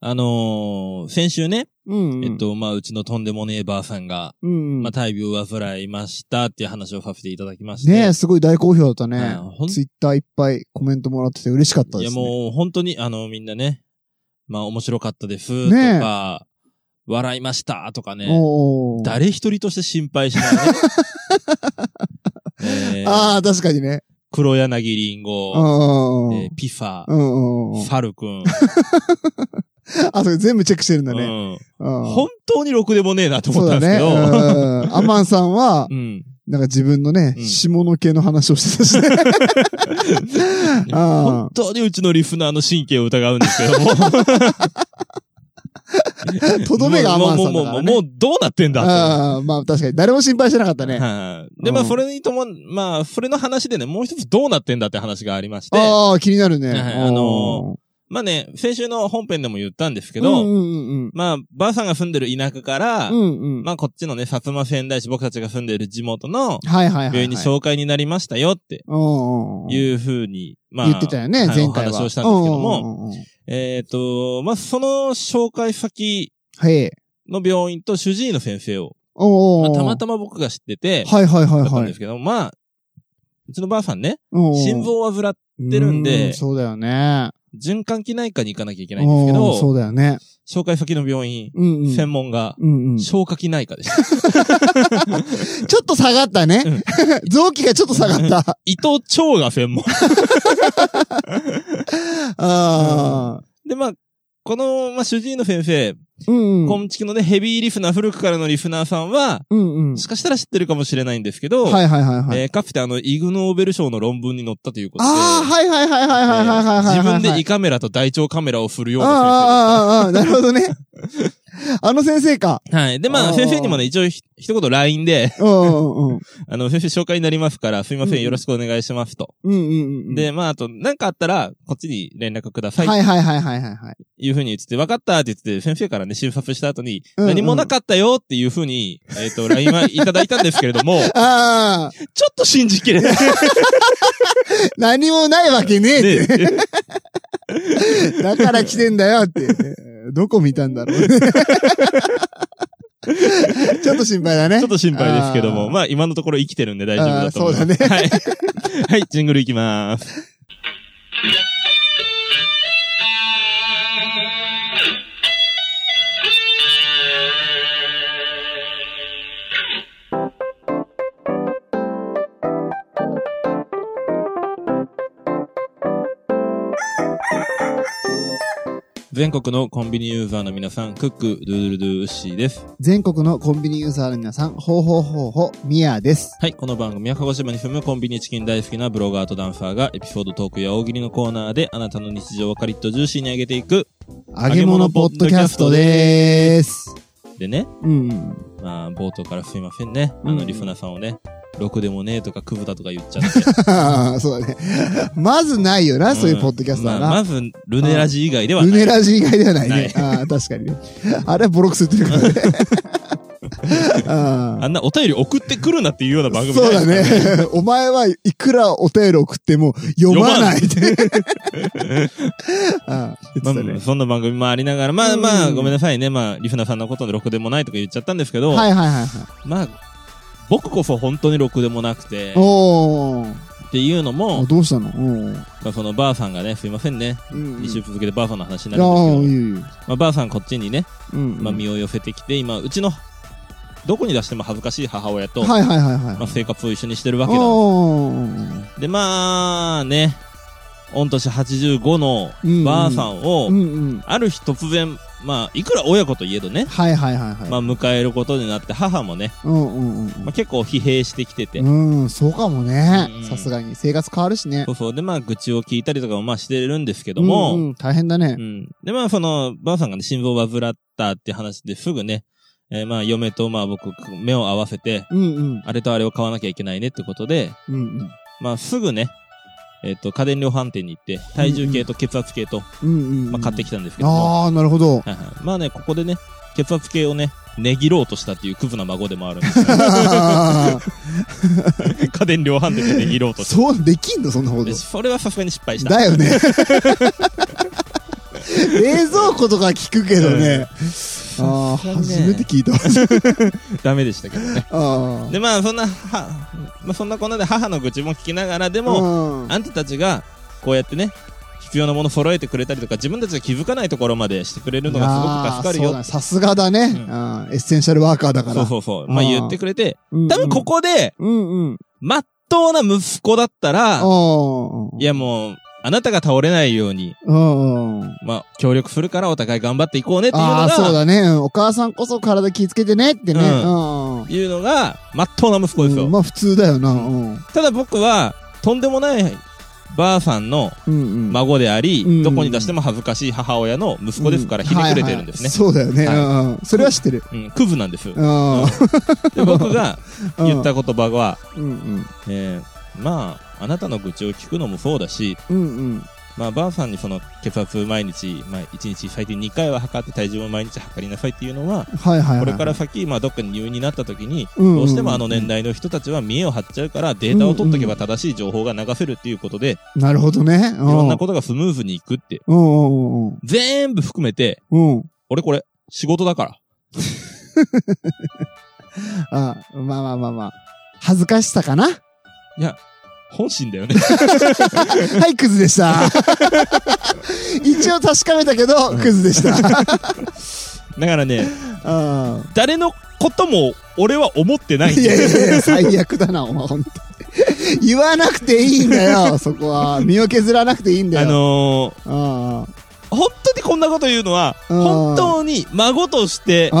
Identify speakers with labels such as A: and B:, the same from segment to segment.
A: あのー先週ね、
B: うん、うん。
A: えっ、と、まあ、うちのとんでもねえばあさんが、
B: うん、うん。
A: まあ、大病を患いましたっていう話をさせていただきまして。
B: ねえ、すごい大好評だった
A: はい
B: ね。
A: ほん
B: ツイッターいっぱいコメントもらってて嬉しかった
A: い
B: で
A: や、
B: すね。
A: もう、本当に、あの、みんなね、まあ、面白かったです、と
B: ねえ
A: か、笑いました、とかね、
B: おー
A: 誰一人として心配しない ね。えー
B: ああ、確かにね。
A: 黒柳りん
B: うん
A: ご、
B: うんうん。
A: えーピファ
B: う、んうんうん
A: ファルくん。
B: あ、それ全部チェックしてるんだね。
A: うん
B: うん
A: 本当にろくでもねえなと思
B: そう
A: った
B: だ
A: んです
B: ね。
A: け
B: う
A: ど。
B: んうんアマンさんは
A: う、ん。
B: なんか自分のね
A: う、ん
B: 下の毛の話をしてたしね。 あ
A: 本当にうちのリスナーの神経を疑うんですけども。
B: あ、とどめがアマンさんだか
A: もうもうも
B: ら
A: う
B: ね。
A: もうどうなってんだ
B: ああ、まあ確かに。誰も心配してなかった
A: と。
B: ね。
A: はいで、まあ、
B: うん
A: それにとも、まあ、それの話でね、もう一つどうなってんだって話がありまして、
B: ああ、気になるね。
A: はいあのまあね、先週の本編でも言ったんですけど、
B: うんうんうん
A: まあ、ばあさんが住んでる田舎から、
B: うん。うんうん。
A: まあ、こっちのね、薩摩仙台市、僕たちが住んでる地元の
B: はいはいはいはい。
A: 病院に紹介になりましたよって
B: うんうんうん
A: いうふうに、まあ、
B: 言ってたよ
A: は
B: ね、
A: い
B: 前回は。
A: お話をしたんですけども
B: うんうんうんうん。
A: えっ、と、まあ、その紹介先
B: はい。
A: の病院と主治医の先生を、
B: お
A: まあ
B: ー
A: たまたま僕が知ってて、
B: はいはいは
A: だ
B: い
A: ったん
B: は
A: で
B: い
A: す。けど、まあ、うちのばあさんね、
B: うんうん
A: 心臓を患ってるんで
B: うそうだよね。
A: 循環器内科に行かなきゃいけ
B: い
A: ないんですけ
B: そ
A: ど、
B: うだよね。
A: 紹介先の病院、
B: うんうん。
A: 専門が、
B: うんうん。ちょ
A: 消化器内科でした。
B: っと下がったね
A: うん。
B: 臓器がちょっと下がった。
A: 伊藤腸が専門。
B: ああ。
A: で、まあ、この、まあ、主治医の先生、
B: うんう
A: 今
B: ん。
A: 月のね、ヘビーリスナー、古くからのリスナーさんは、
B: うんうん。
A: しかしたら知ってるかもしれないんですけど、
B: はいはいはいはい。
A: えーかつてあの、イグ・ノーベル賞の論文に載ったということで、
B: ああ、はいはいはいはいはいはいはいはい。
A: えー自分で胃
B: く
A: カメラと大腸カメラを振るような先生
B: あーあー、あーあー、なるほどね。あの先生か。
A: でした。はい。で、ま
B: あ
A: あ、
B: ー
A: 先生にもね、一応ひ、一言 LINE で、
B: うんうんうん。
A: あの、先生紹介になりますから、すいませ
B: うん
A: ん、よろしくお願いしますと。
B: うんうんうんうん。、
A: で、まあ、あと、なんかあったら、こっちに連絡くださ
B: はい
A: い。
B: はいはいはいはいはい。
A: いうふうに言ってて、分かったって言ってて、先生からね、診察した後に、
B: うんうん
A: 何もなかったよっていうふうに、えっと、LINE はいただいたんですけれども、
B: ああ、
A: ちょっと信じきれない。
B: 何もないわけねえって。
A: で
B: だから来てんだよって。どこ見たんだろうね。 ちょっと心配だね。
A: ちょっと心配ですけども、
B: あー
A: まあ、今のところ生きてるんで大丈夫だと思います。
B: あーそう
A: ね。
B: だ
A: はい。はい、ジングルいきまーす。全国のコンビニユーザーの皆さん、クック、ドゥドゥルドゥウッシーです。
B: 全国のコンビニユーザーの皆さん、ほうほうほうほう、ミヤです。
A: はい、この番組は鹿児島に住むコンビニチキン大好きなブロガーとダンサーがエピソードトークや大喜利のコーナーであなたの日常をカリッとジューシーに上げていく。
B: 揚げ物ポッドキャストでーす。
A: でね、
B: うんうん。
A: まあ冒頭からすいませんね。あ
B: う
A: の
B: ん
A: リフナーさんをね、ろくでもねえとかクブだとか言っちゃって。
B: そうだね。まずないよな、 そういうポッドキャスト
A: ま
B: だ
A: あ
B: な。
A: まず、ルネラジ以外では
B: ル
A: ない。
B: ネラジ以外ではない
A: な
B: ね
A: い。
B: ああ、確かにね。あれはボロクス言ってるからね。 あ
A: あんなお便り送ってくるなっていうような番組
B: そうだ
A: ないです
B: ね。 お前はいくらお便り送っても読まないって。 ああ、
A: か
B: 言
A: らね。
B: ってた
A: まあ
B: ね。
A: そんな番組もありながら、まあ
B: うん
A: まあ、ごめんなさいね。まあ、リフナーさんのことでろくでもないとか言っちゃったんですけど、
B: はいはいはいはい。
A: まあ、僕こそ本当にろくでもなくて、
B: おー
A: っていうのも
B: あ、どうしたのうん。
A: まあ、そのばあさんがね、すいませんね。
B: うん
A: 2週続けてばあさんの話にな
B: あ
A: る
B: あ、いい
A: んです
B: よいいよ。
A: けど、まあ、ばあさんこっちにね、
B: うん。
A: まあ、身を寄せてきて、今、うちの、どこに出しても恥ずかしい母親と、
B: はいはいはい
A: ま
B: は
A: あ、生活を一緒にしてるわ
B: い。
A: けだ。
B: お
A: で、まあ、ね、御年85の
B: うん
A: ばあさんを
B: う、んうん。
A: ある日突然、まあ、いくら親子といえどね、
B: はいはいはいはい。
A: まあ、迎えることになって、母もね、
B: うんうん
A: まあ、結構疲弊してきてて、
B: うん。うん、そうかもね
A: うん。
B: さすがに。生活変わるしね
A: そ。うそう、で、まあ、愚痴を聞いたりとかも、まあ、してるんですけども、
B: うんうん、大変だね
A: う。ん。で、まあ、その、ばあさんがね、心臓を患ったって話ですぐね、えーまあ、嫁と、まあ、僕、目を合わせて、
B: うんうん。
A: あれとあれを買わなきゃいけないねってことで、
B: うんうん。
A: まあ、すぐね、えっ、と、家電量販店に行って、体重計と血圧計と、
B: うんうん。
A: まあ、買って
B: き
A: きたんですけども、
B: ああ、なる ほど。
A: はいはいまあね、ここでね、血圧計をね、ねぎろうとしたっていうクズな孫でもあるん ですよ家電量販店でねぎろうとし
B: そう、できんのそんなこ
A: た。
B: と
A: で。それはさすがに失敗した。
B: だよね。冷蔵庫とか聞くけどね。あ
A: さ
B: あ、
A: すがにね
B: 初めて聞いた。
A: ダメでしたけどね。
B: ああ。
A: で、まあ、そんな、は、まあ、そんなこんなで母の愚痴も聞きながらでも、
B: も
A: あんたたちが、こうやってね、必要なもの揃えてくれたりとか、自分たちが気づかないところまでしてくれるのがすごく助かるよ。
B: さすがだね。
A: うん
B: ああエッセンシャルワーカーだか
A: そう
B: ら。
A: そうそう。まあ
B: あー
A: 言ってくれて、
B: 多
A: 多分こ。こで、
B: うんうん。
A: まっとうな息子だったら、いやもう、あなたが倒れないように、
B: うんうん。
A: まあ、協力するからお互い頑張っていこうねっていうの
B: ああ、そう
A: が、
B: だね。うんお母さんこそ体気ぃつけてねってね。
A: う
B: うんん。うん
A: いうのが、まっとうな息子ですよ。
B: まあ普通だよな。うん。うん
A: ただ僕は、とんでもない、ばあさんの
B: うん。
A: 孫であり、
B: うん
A: どこに出しても恥ずかしい母親の息子ですから、ひねくれてるんですね。
B: はいはいそうだよね。
A: はい
B: うんうん。それは知ってる。
A: うん、クズなんです。
B: うん。うん
A: で僕が言った言葉は、
B: うん
A: えーまあ、あなたの愚痴を聞くのもそうだし、
B: うん。うん
A: まあ、ばあさんにその血圧毎日、まあ、1日最低2回は測って体重を毎日測りなさいっていうのは、
B: はいはいはい。
A: これから先、まあ、どっかに入院になった時に、
B: うんうんうん
A: どうしてもあの年代の人たちは見栄を張っちゃうから、データを取っとけば正しい情報が流せるっていうことで、い
B: なるほどね。い
A: ろんなことがスムーズにいくって、
B: と。うんうん
A: 全部含めて、
B: うんうん。うん。
A: 俺これ、仕事だから。
B: あまあまあまあまあ。恥ずかしさ かな
A: いや、本心だよね。
B: はい、クズ でした。一応確かめたけど、クズ でした。
A: だからね、
B: あ
A: 誰のことも俺は思ってないん
B: い
A: だ
B: や
A: よ
B: いやいや、最悪だな、お前、ほんとに言わなくていいんだよ、そこは。身を削らなくていいんだ
A: あ
B: よ。
A: のー、
B: あ
A: 本当にこんなこと言うのは、
B: うん
A: 本当に孫として、息
B: うん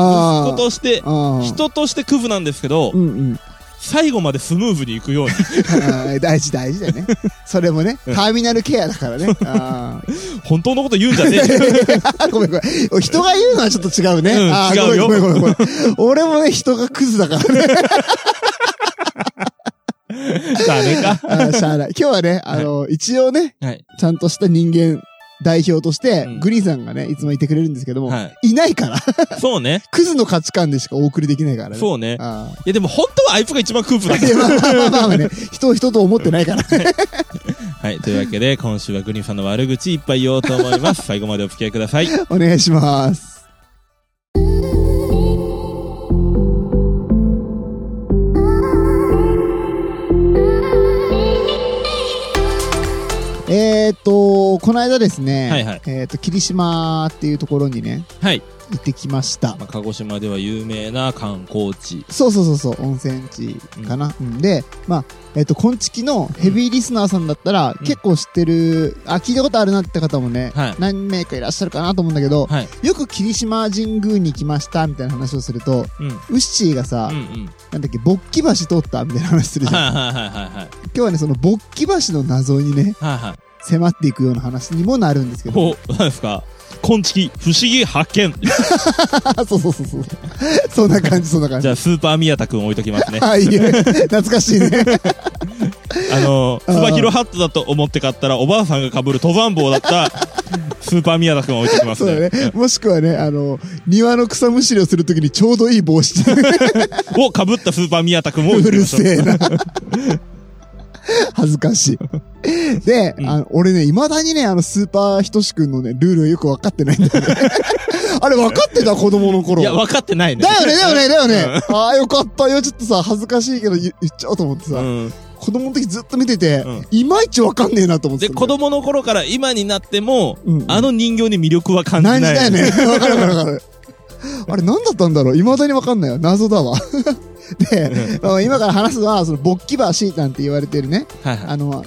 A: 子として
B: あ、、ああ。
A: 人としてクズなんですけど
B: う、んうん。
A: 最後までスムーズに行くように。
B: ああ大事大事だよね。それもね、ターミナルケアだからね。ああ
A: 本当のこと言うんじゃね えよ
B: ごめんごめん。人が言うのはちょっと違うね。
A: うん
B: ああ
A: 違うよ
B: ごめんごめんごめん。俺もね、人がクズ だからね。
A: ダメか。
B: ああしゃあない。今日はね、あの、一応ね、
A: はい。
B: ちゃんとした人間代表として
A: うん、
B: グリーンさんがね、いつもいてくれるんですけども、、
A: はい
B: ないから。
A: そうね。
B: クズの価値観でしかお送りできないからね。
A: そうね。
B: ああ
A: いやでも本当はあいつが一番クープだ
B: い。やまあまあまあまあまあね、人を人と思ってないから。
A: はい。というわけで、今週はグリーンさんの悪口いっぱい言おうと思い ます。最後までお付き合いください。
B: お願いします。えーっと、この間ですね、
A: はいはい
B: えーっと、霧島っていうところにね、
A: はい。
B: 行ってきました。
A: まあ、鹿児島では有名な観光地。
B: そうそうそうそう、温泉地かな。うんで、まあ、えっ、と、こんちきのヘビーリスナーさんだったら、
A: うん
B: 結構知ってる、あ、聞いたことあるなって方もね、
A: はい
B: 何名かいらっしゃるかなと思うんだけど、
A: はい。
B: よく霧島神宮に来ましたみたいな話をすると、
A: うん。うん
B: ウッシーがさ、
A: うん。
B: なんだっけ、勃起橋通ったみたいな話するじゃん。
A: はいはいはいはいはい。
B: 今日はね、その勃起橋の謎にね、
A: はいはい。
B: 迫っていくような話にもなるんですけど、
A: お、何ですか 昆虫、不思議発 見。
B: そうそうそうそう。そんな感じ、そんな感
A: じ
B: じ。。
A: ゃあ、スーパー宮田くん置いときますね
B: はい、いえ懐かし いね。
A: あの、
B: あー
A: つばひろハットだと思って買ったら、おばあさんが被る登山帽だ った、スーパー宮田くん置いときます
B: そう
A: ね
B: だ。ね。もしくはね、あの、庭の草むしりをするときにちょうどいい帽子。
A: を被ったスーパー宮田くんも置いうとき
B: る
A: ましょう
B: せえな。 恥ずかしい。で、
A: うん
B: あの俺ね、未だにね、あの、スーパーひとしくんのね、ルールはよく分かってないんだ よね。あれ分かってた子供の頃。
A: い
B: だ
A: や、
B: よね、
A: 分かってないね。
B: だよね、だよね。ああ、よかったよ。ちょっとさ、恥ずかしいけど言言っちゃおうと思ってさ、
A: うん。
B: 子供の時ずっと見てて、
A: うん
B: いまいち分かんねえなと思って
A: で、
B: たん
A: 子
B: だよ。
A: 供の頃から今になっても、
B: うんうん
A: あの人形に魅力は感じな
B: 何
A: い。
B: 時だよね。。わかるわかるわかる。あれ何だったんだろう未だにわかんないよ。謎だ わ。で、まあ今から話すのは、その、勃起橋なんて言われてるね。
A: はいは
B: あの、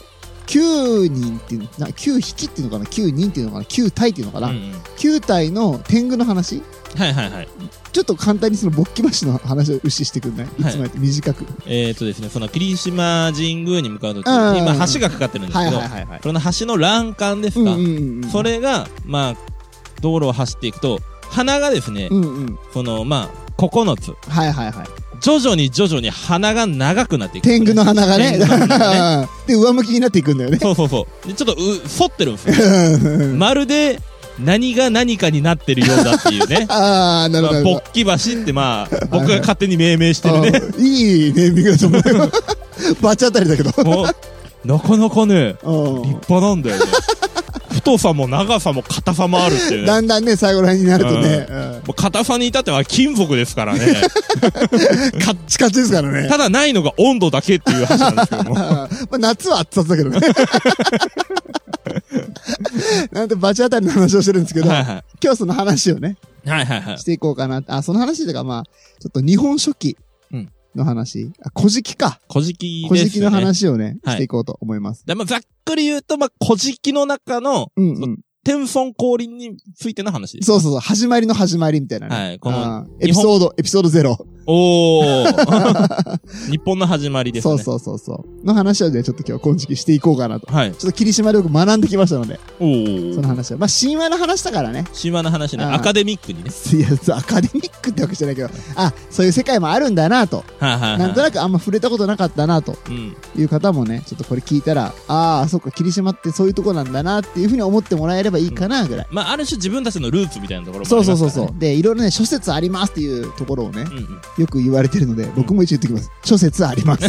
B: 9人っていうの、な9匹っていうのかな ?9 人っていうのかな ?9 体っていうのかな、
A: い。うんうん
B: 9体の天狗の話
A: はいはいはい。
B: ちょっと簡単にその勃起橋の話を牛してくんないいつもやって短く。
A: えっとですね、その霧島神宮に向かうとき
B: うんうんうん
A: に、今橋がかかってるんです
B: はい
A: け
B: はい
A: ど、
B: はいはい。
A: その橋の欄干です
B: うん
A: か
B: うんうんうん。
A: そ、れが、まあ、道路を走っていくと、鼻がですね
B: う、んうん。
A: その、まあ、9つ。
B: はいはいはい。
A: 徐々に徐々に鼻が長くなっていく。
B: 天狗の花がね。
A: 天狗の花がね
B: で、上向きになっていくんだよね。
A: そうそうそう。で、ちょっとう、反ってるんですよ。
B: うん。
A: まるで、何が何かになってるようだっていうね
B: あ ー、な
A: ま
B: るほどな
A: あ、
B: るほど。
A: 勃起橋ってまあ、僕が勝手に命名してるね。
B: あいいネーミングだと思うよ。 バチ当たりだけど。
A: もう、なかなかね、
B: う
A: 立
B: ん
A: 派なんだよね。太さも長さも硬さもあるっていうね。
B: だんだんね、最後らへんになるとね、
A: もう硬さに至っては金属ですからね。
B: うんカッチカチですからね。
A: ただないのが温度だけっていう話なんですけど も。
B: あーまあ、夏は熱々だけどね。 なんて、バチ当たりの話をしてるんですけど、
A: はいは
B: 今日その話をね、
A: い。はいはいはい
B: し。ていこうかな。あ、その話というか、まあ、ちょっと日本書紀
A: うん
B: の話。あ、古事記か。
A: 古事記です
B: 古
A: ね。
B: 事記の話をね、
A: はい
B: していこうと思います。
A: でまあ、ざっくり言うと、まあ、古事記の中の
B: うんうん。
A: 天孫降臨についての話です。
B: そうそうそう、始まりの始まりみたいなね。
A: はいこの
B: あーエピソード、エピソードゼロ。
A: おー。日本の始まりです
B: そ
A: ね。
B: うそうそうそう。の話をね、ちょっと今日今時期していこうかなと。
A: はい。
B: ちょっと霧島でよく学んできましたので、
A: おー
B: その話は。まあ、神話の話だからね。
A: 神話の話ね。
B: あー
A: アカデミックにね。
B: いや、そうアカデミックってわけじゃないけど、あ、そういう世界もあるんだなと。
A: はいはいはい。
B: なんとなくあんま触れたことなかったなと
A: うん。
B: いう方もね、ちょっとこれ聞いたら、ああ、そっか、霧島ってそういうとこなんだなっていうふうに思ってもらえればいいかな、ぐらい。
A: まあ、ある種自分たちのルーツみたいなところもあり
B: そう
A: ます
B: そ
A: か
B: う
A: ら
B: そ
A: ね
B: うそう。で、いろいろね、諸説ありますっていうところをね、
A: うんうん。
B: よく言われてるので、僕も一応言ってきます。諸説あり ます。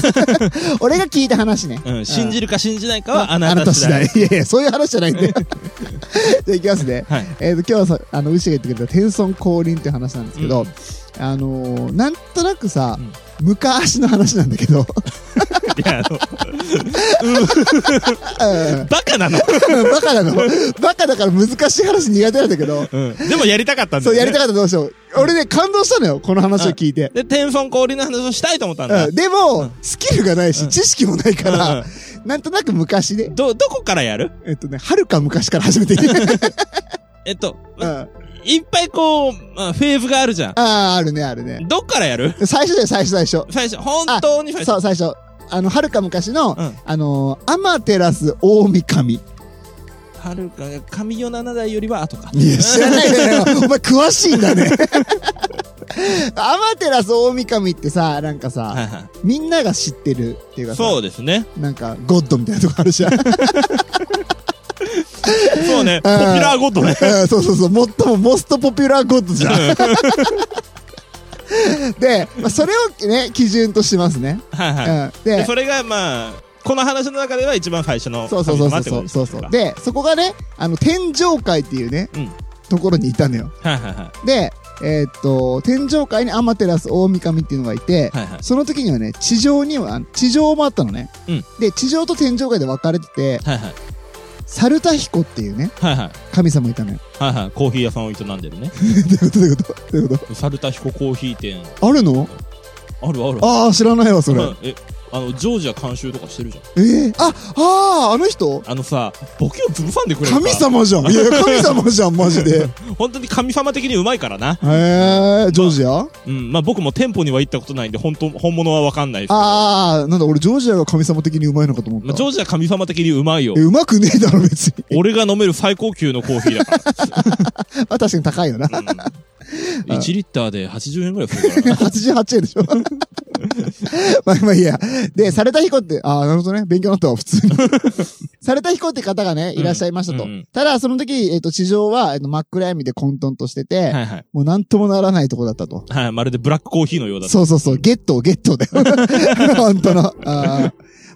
B: 俺が聞いた話ね。
A: うん、信じるか信じないかはあ
B: あ
A: な
B: な
A: た
B: た
A: 次
B: 次
A: 第。
B: 第。いやいや、そういう話じゃない んで。じゃあ行きますね。
A: はい。
B: えーと、今日はさ、あの、牛が言ってくれた天孫降臨っていう話なんですけど、
A: うん
B: あのーなんとなくさ、
A: うん
B: 昔の話なんだけ ど、
A: いや、 あの、
B: うん
A: バカなの。
B: バカなの。バカだから難しい話苦手なんだけど、
A: うん。でもやりたかったんだ
B: そう、
A: よね
B: やりたかったらどうしよう。俺ね、感動したのよ、この話を聞いて。
A: で、天孫降臨の話をしたいと思ったんだ
B: うん、。でも、スキルがないし、
A: うん
B: 知識もないから、
A: うん
B: なんとなく昔で、
A: ど、どこからやる
B: えっとね、はるか昔から始めていい うん
A: えっと、
B: あ
A: いっぱいこう、まあ、フェーズがあるじゃん。
B: あ、あるね、あるね。
A: どっからやる
B: 最初だよ、最初、最初。
A: 最初、本当に最
B: そ
A: 初。
B: う、最初。あの、はるか昔の、
A: うん
B: あのー、アマテラス大神。い
A: はるかが、神代七代よりは後か。
B: や、知らないね。 お前、詳しいんだね。 アマテラス大神ってさ、なんか
A: は
B: さ、
A: いは
B: みんなが知ってるっていうか
A: い。
B: さ、
A: そうですね。
B: なんか、ゴッドみたいなとこあるじゃん。
A: そうね。ポピュラーごとね。
B: うんそうそうそう、最もモストポピュラーゴッドじゃん。 で、まあ、それをね、基準としますね。
A: はいは
B: うん、
A: い。
B: で
A: で、それがまあ、この話の中では一番最初の
B: そう
A: 神
B: そうそ
A: 様
B: うそ
A: ってこと
B: う
A: です
B: そ
A: ね。
B: うそう。で、そこがね、あの、天上界っていうね、
A: うん
B: ところにいたのよ。
A: はいはいは
B: で、えーっと、天上界にアマテラス大神っていうのがいて、
A: い。はいはい。
B: その時にはね、地上には、あの地上もあったのね。
A: うん
B: で、地上と天上界で分かれてて、
A: はいはい。
B: サルタヒコっていうね、
A: はいはい。
B: 神様いたのよ。
A: はいはい。コーヒー屋さんを営んでるね。
B: どういうことどういうことどういうこ
A: サルタヒココーヒー店。
B: とあるの
A: あるある。
B: ああ、知らないわ、それ。
A: うんえ、あの、ジョージア監修とかしてるじゃん。
B: ええあ、ああ、あの人
A: あのさ、ボケを潰さんでくれるか
B: 神様じゃん。いや、神様じゃん、マ ジで。へ
A: 本当に神様的にうまいからな。
B: え、ジョージア
A: うん。まあ僕も店舗には行ったことないんで、本当、本物はわかんないですけど。
B: ああ、なんだ、俺、ジョージアが神様的にうまいのかと思った。
A: まあ、ジョージア神様的にうまいよ
B: え。うまくねえだろ、別に。
A: 俺が飲める最高級のコーヒーだか
B: あ、確かに高いよな。
A: ら。 うん、1リッターで80円ぐらいするからな。
B: 88円でしょ まあまあいいや。で、サルタヒコって、ああ、なるほどね。勉強になったわ、普通 に。サルタヒコって方がね、いらっしゃいましたと。
A: うんうん
B: ただ、その時、えっ、と、地上は、えっと真っ暗闇で混沌としてて、
A: はいはい。
B: もうなんともならないとこだったと。
A: はい、まるでブラックコーヒーのようだと。
B: そうそうそう、ゲットをゲットだよ。 本当の。あー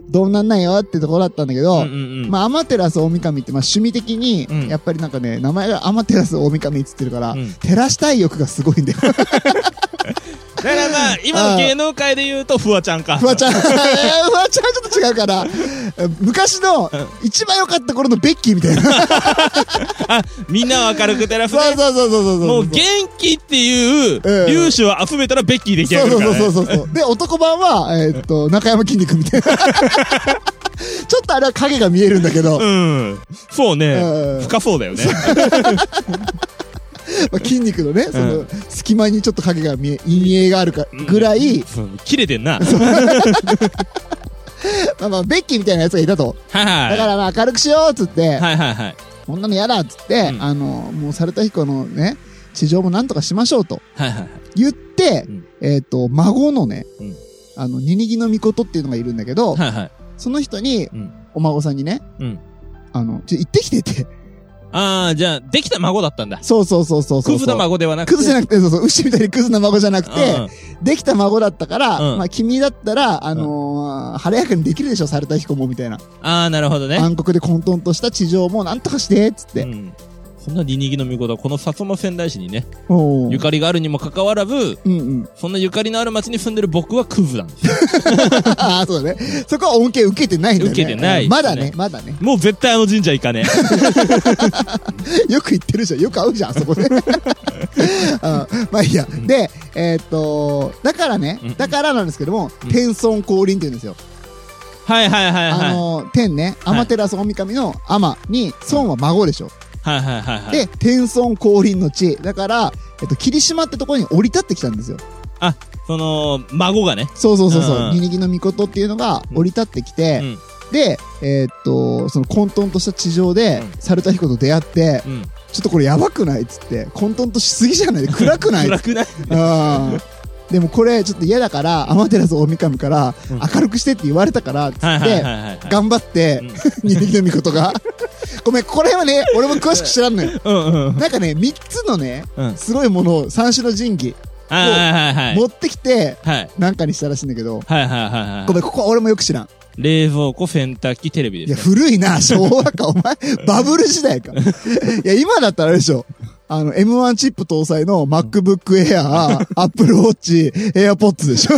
B: どうなんないよってところだったんだけど、
A: うんうんうん。
B: まあ、アマテラス大神って、まあ、趣味的に、
A: うん
B: やっぱりなんかね、名前がアマテラス大神って言ってるから、
A: うん
B: 照らしたい欲がすごいんだよ。
A: だからまあ、今の芸能界で言うと、フワちゃんか。
B: フ ワちゃん、えーフワちゃんはちょっと違うから、昔の
A: う
B: 一番良かった頃のベッキーみたいな。 そう
A: みんなを明るく照らすね。
B: そうそうそうそう。
A: もう元気っていう
B: ええ
A: 粒子を集めたらベッキーできる
B: そう
A: から、ね。
B: そうそうそうそう。で、男版は、えーっと、中山筋肉みたいな。 ちょっとあれは影が見えるんだけど、
A: うん。そうね。
B: うん
A: 深そうだよね。
B: まあ、筋肉のね、そうの、隙間にちょっと影が見え、陰影があるか、ぐらい、
A: そう切れて んな。はい
B: まあまあ、ベッキーみたいなやつがいたと。だか
A: は
B: らまあ、明るくしようっつって
A: い。、はいはいはい。
B: こんなの嫌だっつって、
A: うん
B: あの、もうサルタヒコのね、地上もなんとかしましょうと。
A: はいはいはい。
B: 言って、
A: うん
B: えっ、と、孫のね、
A: うん
B: あの、ニニギのミコトっていうのがいるんだけど、
A: はいはい。
B: その人に、
A: うん
B: お孫さんにね、
A: うん
B: あの、ちょ、行ってきてって、
A: ああ、じゃあ、できた孫だったんだ。
B: そうそうそうそうそう。
A: クズな孫ではなくて。
B: クズじゃなくて、そうそう、牛みたいにクズな孫じゃなくて、
A: うん
B: できた孫だったから、
A: うん
B: まあ君だったら、あのー晴れやかにできるでしょ、された彦も、みたいな。
A: ああ、なるほどね。
B: 暗黒で混沌とした地上もなんとかして、つって。
A: うん。そんなににぎの見事は、この薩摩仙台市にね、
B: おー
A: ゆかりがあるにもかかわらず、
B: うんうん。
A: そんなゆかりのある町に住んでる僕はクズなんですよ。
B: ああ、そうだね。そこは恩恵受けてないんだよね。
A: 受けてない
B: うんまだ
A: です
B: ね、まだね。
A: もう絶対あの神社行かね え。
B: よく言ってるじゃん。よく会うじゃん、あそ こで。あまあいいや。で、えーっと、だからね
A: うんうん、
B: だからなんですけども、
A: うん
B: 天孫降臨って言うんですよ。
A: はいはいはいはい。
B: あのー、天ね、
A: はい
B: 天照大神の天に、孫は孫でしょ。
A: はいはいはいはい。
B: で、天孫降臨の地。だから、えっと、霧島ってところに降り立ってきたんですよ。
A: あ、その、孫がね。
B: そうそうそうそうう。
A: ん
B: ニニギの御事っていうのが降り立ってきて、
A: うん
B: で、えーっと、その混沌とした地上で
A: う、
B: 猿田彦と出会って、
A: うん。
B: ちょっとこれやばくないっつって、混沌としすぎじゃない暗くない
A: 暗くない
B: うんでもこれちょっと嫌だから天照大神から
A: うん
B: 明るくしてって言われたからっつ
A: はいはい
B: っ
A: は
B: て
A: いはい。
B: 頑張って
A: うん
B: 二匹の御事が ごめんここら辺はね俺も詳しく知らんのよ
A: うんうんうん。
B: なんかね3つのね
A: うん
B: すごいものを三種の神器
A: はいはいはいはい。
B: 持ってきて
A: はい。
B: なんかにしたらしいんだけど
A: はいはいはいはい。
B: ごめんここは俺もよく知らん
A: 冷蔵庫、洗濯機、テレビ
B: いや
A: ですね。
B: 古 いな昭和かお前バブル時代かいや今だったらあれでしょあの M1 チップ搭載の MacBook Air、Apple Watch、AirPods でし ょ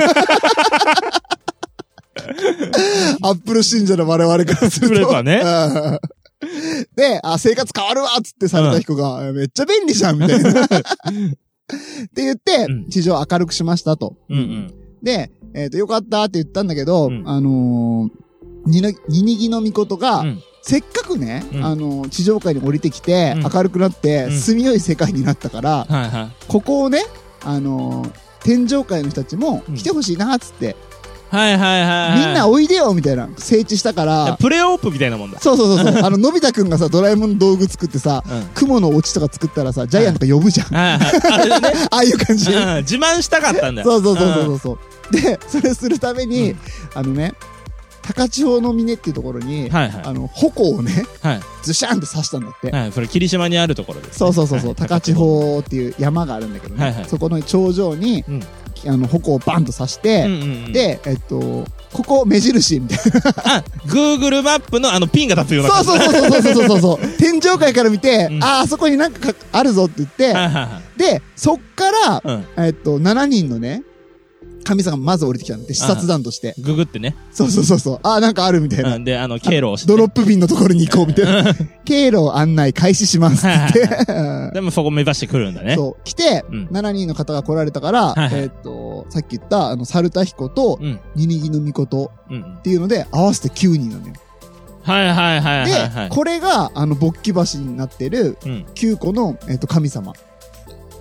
B: Apple 信者の我々からする
A: すれば
B: と。
A: ね
B: うんで、あ、生活変わるわっつってされた彦が、めっちゃ便利じゃんみた いな。って言って
A: うん、
B: 地上を明るくしましたと。
A: うんうん。
B: で、えっ、と、よかったって言ったんだけど、
A: うん
B: あのー、にの、ににぎのみことが、
A: うん
B: せっかくね、
A: うん
B: あのー、地上界に降りてきて、
A: うん
B: 明るくなって、
A: うん
B: 住みよい世界になったから、
A: はいはい。
B: ここをね、あのー、天上界の人たちも
A: うん
B: 来てほしいなっつって、
A: はいはいはいはい。
B: みんなおいでよみたいな、整地したか
A: いや
B: ら、
A: プレオープンみたいなもんだ。
B: そうそうそう そう、あの、のび太くんがさ、ドラえもんの道具作ってさ、
A: うん。
B: 雲のオチとか作ったらさ、ジャイアンとか呼ぶじゃん。
A: はいはい。あれね。
B: ああいう感 じ。
A: うん自慢したかったんだよ。
B: そうそうそうそうそうそう。で、それするために、
A: うん
B: あのね、高千穂の峰っていうところ
A: う
B: に、
A: んはいは
B: あの、矛をね、
A: い。はい。
B: ズシャンって刺したんだって。
A: はい、それ霧島にあるところです。
B: そうそ うそうそう、高千
A: は
B: 穂っていう山があるんだけどね、
A: はいはい
B: そこの頂上に、
A: うん
B: あの矛をバンと刺し
A: い。うん
B: て、
A: うんうん、
B: で、えっと、ここ目印みたい
A: あ、Google マップのあのピンが立つような
B: な。
A: 感じ。
B: そうそうそうそうそうそうそう。 天上界から見て、
A: うん
B: ああ、あそこになんかかあるぞって言って、
A: はいはいはい。
B: で、そっから、
A: うん。
B: えっと、7人のね、神様がまず降りてきたんで、視察団として。
A: ググってね。
B: そうそうそうそう。ああ、なんかあるみたいな。
A: うん。で、あの、経路をして、
B: ドロップ便のところに行こうみた いな。経路を案内開始しますって言って。
A: でもそこ目指してくるんだね。
B: そう。来て、
A: うん
B: 7人の方が来られたから、
A: はいはい
B: えーっと、さっき言った、あの、猿田彦と、
A: うん。
B: ニニギの御事
A: うんうん
B: っ。ていうので、合わせて9人なのよ。
A: はいはいはいはい
B: で、
A: はい。
B: これが、あの、勃起橋になってる
A: うん。
B: 9個の、えーっと、神様。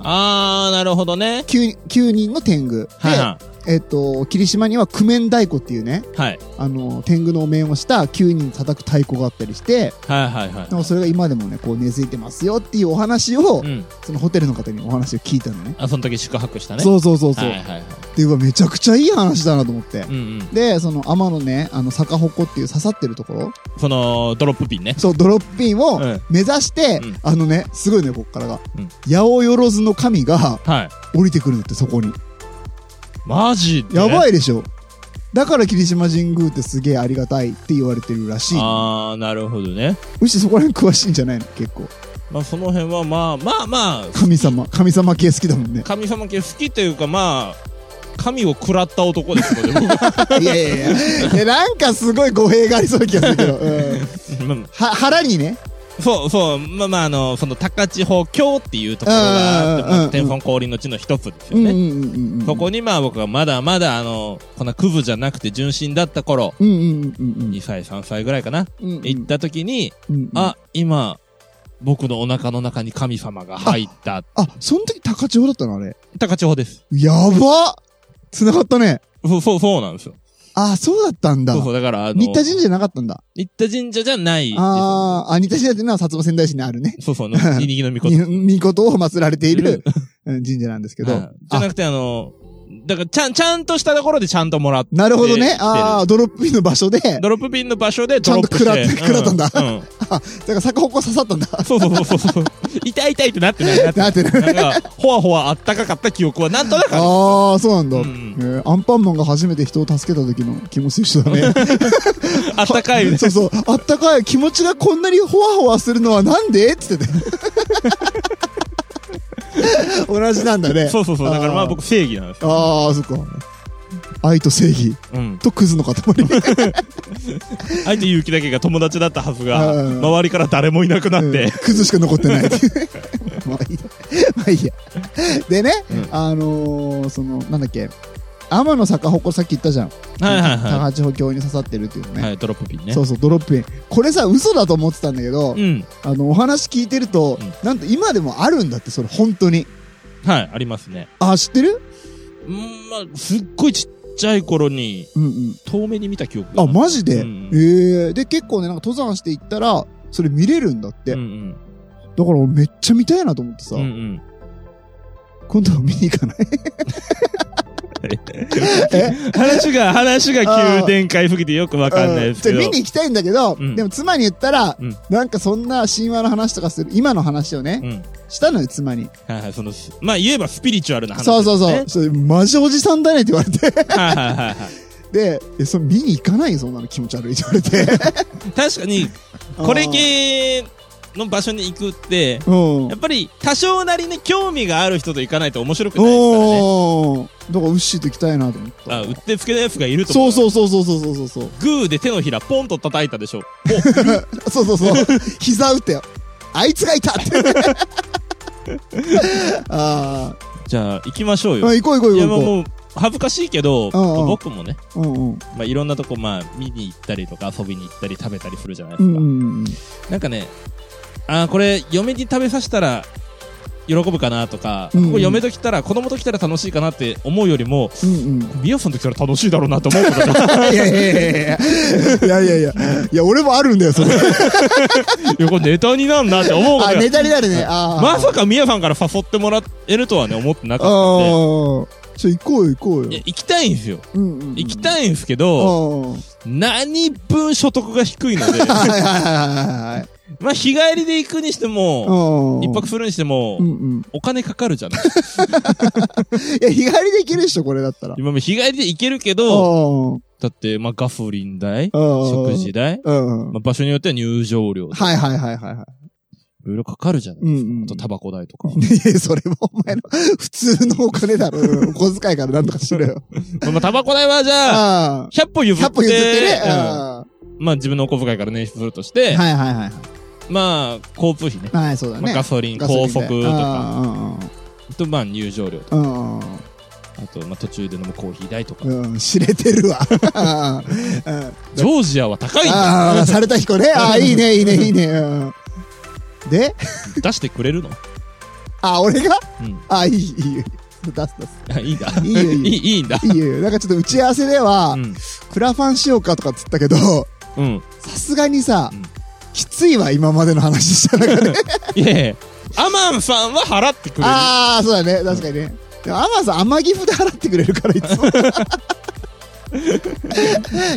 A: あー、なるほどね。
B: 9, 9人の天狗。で、
A: はいは
B: えーっと、霧島には九面太鼓っていうね、
A: い。はい。
B: あの、天狗のお面をした9人叩く太鼓があったりして、
A: はいはいはい。
B: でもそれが今でもね、こう根付いてますよっていうお話
A: う
B: を、
A: ん。
B: そのホテルの方にお話を聞いたのね。
A: あ、その時宿泊したね。う
B: そうそうそうそう。
A: はいはいはい。
B: で、うわ、めちゃくちゃいい話だなと思って。
A: うんうん。
B: で、その天のね、あの、坂鉾っていう刺さってるところ、
A: その、ドロップピンね。
B: そう、ドロップピンを
A: うん
B: 目指して、
A: うん
B: あのね、すごいね、こっからが。
A: うん
B: 八百万の神が
A: はい。
B: 降りてくるんだって、そこに。
A: マジで
B: やば
A: い
B: いでしょ。だから霧島神宮ってすげえありがたいって言われてるらしい。
A: あー、なるほどね。
B: うしそこら辺詳しいんじゃないの結構。
A: まあ、その辺はまあ、まあまあ、。
B: 神様、神様系好きだもんね
A: 神様系好きというかまあ神を食らった男ですので僕は
B: いやいやいや。 いやなんかすごい語弊がありそうな気がするけど。うん
A: まあま
B: は腹にね、
A: あそうそうまあまああのその高千穂峡っていうところがあって
B: うん
A: ま
B: う
A: あ
B: ん
A: 天孫降臨の地の一つです
B: う
A: よ
B: んう
A: ね、
B: んうんうん。
A: そこにまあ僕はまだまだあのこんなクズじゃなくて純真だった頃
B: うんうんうんうん
A: 2歳3歳ぐらいかな
B: うん。
A: 行った時に、
B: うんうん、
A: あ今僕のお腹の中に神様が入った
B: あ、その時高千穂だったのあれ。
A: 高千穂です
B: やばっ繋がったね。
A: そうそうそうなんですよ
B: あ、そうだったんだ
A: そう。そうだからあの
B: 新田神社なかったんだ。
A: 新田神社じゃないです
B: あーあ、新田神社っていうのは薩摩仙台市にあるね。
A: そうそうの 二木の御事
B: みことを祀られてい
A: いる
B: るうん神社なんですけど。
A: はいじゃなくて、あの、だから、ちゃん、ちゃんとしたところでちゃんともらって。
B: なるほどね。ああ、ドロップピンの場所で、
A: ドロップピンの場所で
B: ちゃ
A: ド
B: ん
A: ロ
B: と
A: ップして。
B: 食らっ食らった
A: う
B: んだ
A: ん。うん
B: あ、だから逆方向刺さったんだ。
A: そうそうそうそうそう。 痛い痛いってなってない。。
B: なってない
A: なんか、ほわほわあったかかった記憶はなんとなくある。
B: ああ、そうなんだ、
A: うん
B: えーアンパンマンが初めて人を助けた時の気持ち一緒だね。
A: あったかい。
B: そうそう。あったかい気持ちがこんなにほわほわするのはなんでっつってて。同じなんだね。
A: そうそうそう。だからまあ
B: ー。
A: 僕正義なんですよ。
B: ああ、そっか。愛と正義
A: うん。
B: とクズの塊。
A: 相手勇気だけが友達だったはずが、
B: うん
A: 周りから誰もいなくなっ
B: うん
A: て。
B: クズしか残ってない。まあいいや。まあいいや。でね、あのー、その、なんだっけ。天の坂鉾さっき言ったじゃん。
A: はいはいは
B: 高千穂峡に刺さってるっていうの
A: い。
B: ね。
A: はい、ドロップピンね。
B: そうそう、ドロップイン。これさ、嘘だと思ってたんだけど、
A: うん。
B: あの、お話聞いてると、
A: うん
B: なんと今でもあるんだって、それ、本当に。
A: はい、ありますね。
B: あ、知ってる
A: うん、まあ、すっごいちっちゃい頃に、
B: うんうん。
A: 遠目に見た記憶が
B: あ、
A: る
B: マジで、
A: うん
B: ええで、結構ね、なんか登山して行ったら、それ見れるんだって。
A: うん
B: だから俺めっちゃ見たいなと思ってさ、
A: うん。うんうん。
B: 今度は見に行かない
A: 話が、話が急展開すぎてよくわかんないですけ
B: うん
A: ど。
B: じゃあ見に行きたいんだけど、
A: うん
B: でも妻に言ったら、
A: うん
B: なんかそんな神話の話とかする、今の話をね、
A: うん。
B: したのよ、妻に。
A: はいはい、その、まあ言えばスピリチュアルな話、ね。
B: そうそうそう。それマジおじさんだねって言われて。
A: はいはいはいはい。
B: で、え、それ見に行かないよ、そんなの気持ち悪いって言われて。
A: 確かに、 これ系の場所に行くって、
B: うん
A: やっ。ぱり多少なりね、興味がある人と行かないと面白くないですからね。
B: おおーだからウッシーと行きたいなと思った
A: あ、うってつけのやつがいると
B: そ
A: 思
B: うそうそうそうそうそうそうそう
A: グーで手のひらポンと叩いたでしょ。
B: そうそう そう膝打ってよあいつがいたってあ
A: じゃあ、行きましょう
B: ー
A: よ。
B: まあ行こう行こ
A: い
B: う
A: や、
B: 行
A: まあ
B: こ
A: もう、恥ずかしいけど、
B: うんうん
A: 僕もね、
B: う行こううんうん
A: まあいろんなとこ、まあ見に行ったりとか遊びに行ったり食べたりするじゃないで
B: う
A: す
B: ん
A: か。
B: うんうん
A: なんかね、あーこれ、嫁に食べさせたら、喜ぶかなとか、
B: うんうん
A: ここ嫁と来たら、子供と来たら楽しいかなって思うよりも、
B: うんうん
A: ビアさんと来たら楽しいだろうなって思うことが
B: いやいやいやいやいやいやいやいや俺もあるんだよそれ
A: いや、これネタになるなって思うこ
B: あ
A: とが
B: ネタになるねあー
A: まさかミヤさんから誘ってもらえるとはね、思ってな
B: あ
A: かったん
B: ーちょ行こうよ行こうよ
A: で。いや、行きたいんですよ。
B: うんうんうん
A: 行きたいんですけ
B: あ
A: ど、
B: ー
A: 何分所得が低いの で、
B: はいはいはいはいはい
A: まあ、日帰りで行くにしても、
B: うん
A: 一泊するにしても
B: う、んうん
A: お金かかるじゃない
B: いや日帰りで行けるでしょこれだったら
A: 今も日帰りで行けるけ
B: あ
A: ど、
B: ー
A: だって、まあ、ガソリン代、
B: あー
A: 食事代、
B: うん
A: まあ、場所によっては入場料、い
B: はいはいはいはいはい。
A: ろいろかかるじゃない。
B: うんうん。
A: あと、タバコ代とか。
B: いやそれはお前の普通のお金だろ。お小遣いからなんとかしろよ。
A: まあまあ、タバコ代はじゃあ、
B: ああ。
A: 100歩譲って、
B: 100歩譲ってね。
A: うん
B: あ
A: まあ、自分のお小遣いから捻出するとし
B: あ
A: て、
B: はいはいはい。
A: まあ、交通費ね。
B: はい、そうだ
A: まあ、
B: ね。
A: ガソリン、
B: ガソリ
A: 高
B: ンで
A: 速とか、
B: あ
A: と、まあ、入場料と、
B: あうんうん
A: あと、まあ、途中で飲むコーヒー代とか。
B: うん。うん。知れてるわ。ああうん
A: ジョージアは高いんだ。
B: ああ、された彦ね。ああ、いいね、いいね、いいね。うんで、
A: 出してくれるの
B: あ、俺が
A: うん。
B: ああ、いい、いいよ。出す出す。
A: あいいんだ。
B: いいよいいよ
A: いいんだ。
B: いいよいいよ。なんかちょっと打ち合わせでは
A: う、ん。
B: クラファンしようかとかっつったけど、
A: うん。
B: さすがにさ、
A: うん
B: きついわ、今までの話し た中で。
A: いやいや、アマンさんは払ってくれる。
B: ああ、そうだね、確かにね。でもアマさん、甘ギフで払ってくれるから、い つも。い